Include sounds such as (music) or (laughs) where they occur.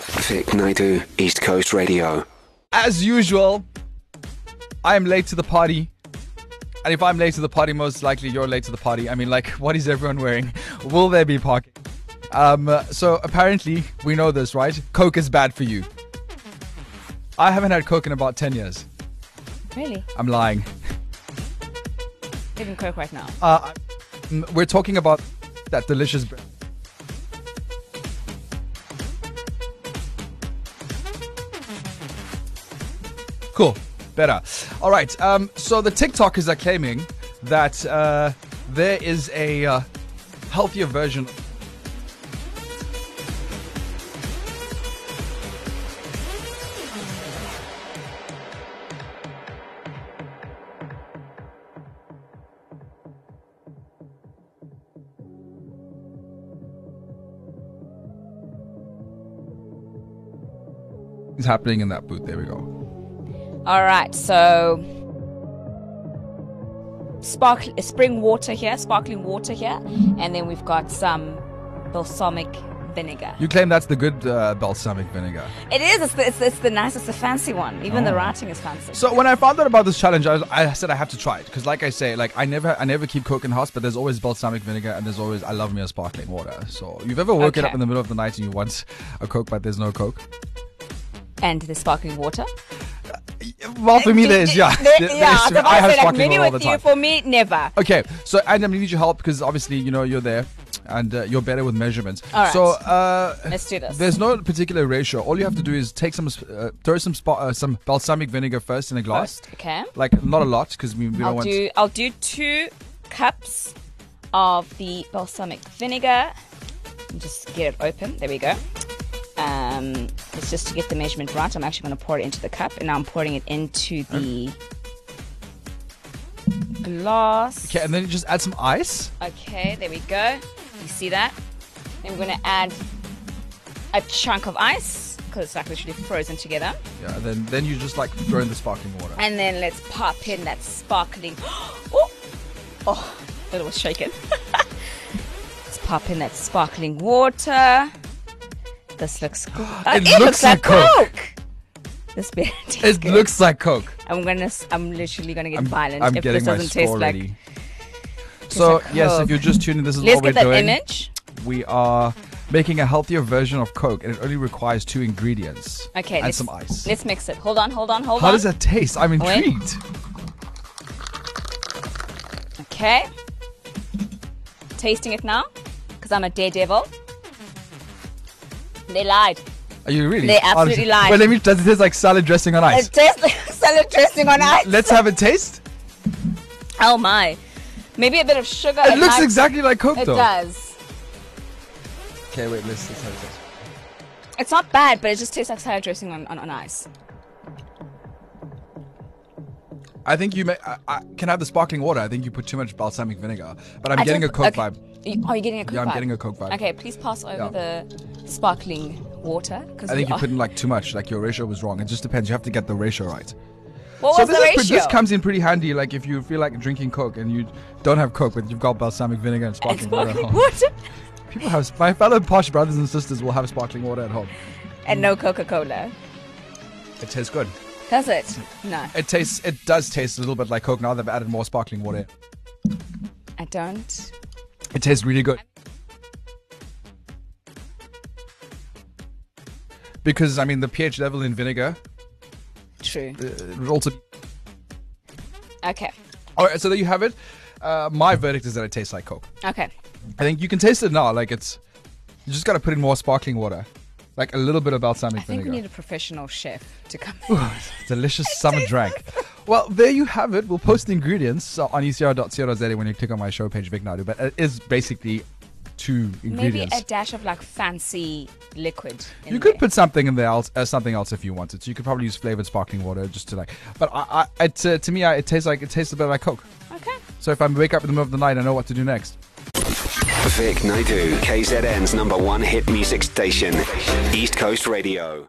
Tawfik Naidu, East Coast Radio. As usual, I am late to the party. And if I'm late to the party, most likely you're late to the party. I mean, like, (laughs) what is everyone wearing? Will there be parking? Um, uh, so apparently, we know this, right? Coke is bad for you. I haven't had Coke in about 10 years. Really? I'm lying. Even Coke right now. Uh, I'm- we're talking about that delicious bread. Cool. Better. All right. Um, so the TikTokers are claiming that uh, there is a uh, healthier version. It's happening in that booth. There we go. All right, so spark spring water here, sparkling water here, and then we've got some balsamic vinegar. You claim that's the good uh, balsamic vinegar. It is. It's the, it's, it's the nice. It's the fancy one. Even Oh. the writing is fancy. So when I found out about this challenge, I, was, I said I have to try it because, like I say, like I never, I never keep Coke in house, but there's always balsamic vinegar and there's always I love me a sparkling water. So you've ever woken Okay. up in the middle of the night and you want a Coke, but there's no Coke? and the sparkling water. Well, Uh, for me, there is. Yeah, (laughs) There- (laughs) There- there yeah. is. so I, I have say, like, sparkling maybe water all the with you, time. for me, never. Okay, so and I'm gonna need your help because obviously you know you're there and uh, you're better with measurements. All right. So uh, Let's do this. There's no particular ratio. All you have to do is take some, sp- uh, throw some spa- uh, some balsamic vinegar first in a glass. First, okay. Like not a lot because we, we don't I'll want. do. I'll do two cups of the balsamic vinegar. And just get it open. There we go. Um, it's just to get the measurement right. I'm actually going to pour it into the cup, and now I'm pouring it into the glass. Okay, and then you just add some ice. Okay, there we go. You see that? Then we're gonna add a chunk of ice because it's like literally frozen together. Yeah, and then then you just like throw in the sparkling water. And then let's pop in that sparkling. (gasps) oh, oh, that was shaken. (laughs) let's pop in that sparkling water. This (gasps) looks good. It looks like Coke. This beer tastes it good. looks like Coke. I'm gonna. s- I'm literally gonna get I'm, violent I'm if getting this my doesn't taste score like. ready. So like yes, if Coke. you're just tuning, this is Let's what we're get that doing. image. We are making a healthier version of Coke, and it only requires two ingredients. Okay. and let's, some ice. Let's mix it. Hold on. Hold on. Hold How on. does that taste? I'm Wait. intrigued. Okay. Tasting it now, because I'm a daredevil. They lied. Are you really? They absolutely Honestly. lied. Well, let me. Does it taste like salad dressing on ice? It tastes like (laughs) salad dressing on ice. Let's have a taste. oh my. Maybe a bit of sugar. It and looks ice. exactly like Coke, It though. does. Okay, wait. Let's, let's have a taste. It's not bad, but it just tastes like salad dressing on, on, on ice. I think you may. I, I can have the sparkling water. I think you put too much balsamic vinegar, but I'm I getting a don't- Coke okay. vibe. You- oh, you're getting a Coke Yeah, I'm vibe? getting a Coke vibe. Okay, please pass over the sparkling water. Cause I think we you are- put in like too much. Like your ratio was wrong. It just depends. You have to get the ratio right. (laughs) What so was this, the is, ratio? pre- this comes in pretty handy. Like if you feel like drinking Coke and you don't have Coke, but you've got balsamic vinegar and And sparkling, water. sparkling At home. water. (laughs) People have. My fellow posh brothers and sisters will have sparkling water at home. And no Coca Cola. It tastes good. Does it? No. It tastes. It does taste a little bit like Coke. Now they've added more sparkling water. I don't. It tastes really good. Because I mean, the pH level in vinegar True. uh, it also. Okay. All right, so there you have it. Uh, my verdict is that it tastes like Coke. Okay. I think you can taste it now. Like it's, you just got to put in more sparkling water, like a little bit of balsamic I think we vinegar. need a professional chef to come in. (laughs) Delicious summer drink. (laughs) Well, there you have it. We'll post the ingredients uh, on ecr.co.za when you click on my show page, Vic Nadu. But it is basically two Maybe ingredients. a dash of like fancy liquid. In you could there. put something in there else, uh, something else if you wanted. So you could probably use flavored sparkling water just to like. But I, I it, uh, to me, I, it tastes like it tastes a bit like Coke. Okay. So if I wake up in the middle of the night, I know what to do next. Vic Naidu, KZN's number one hit music station, East Coast Radio.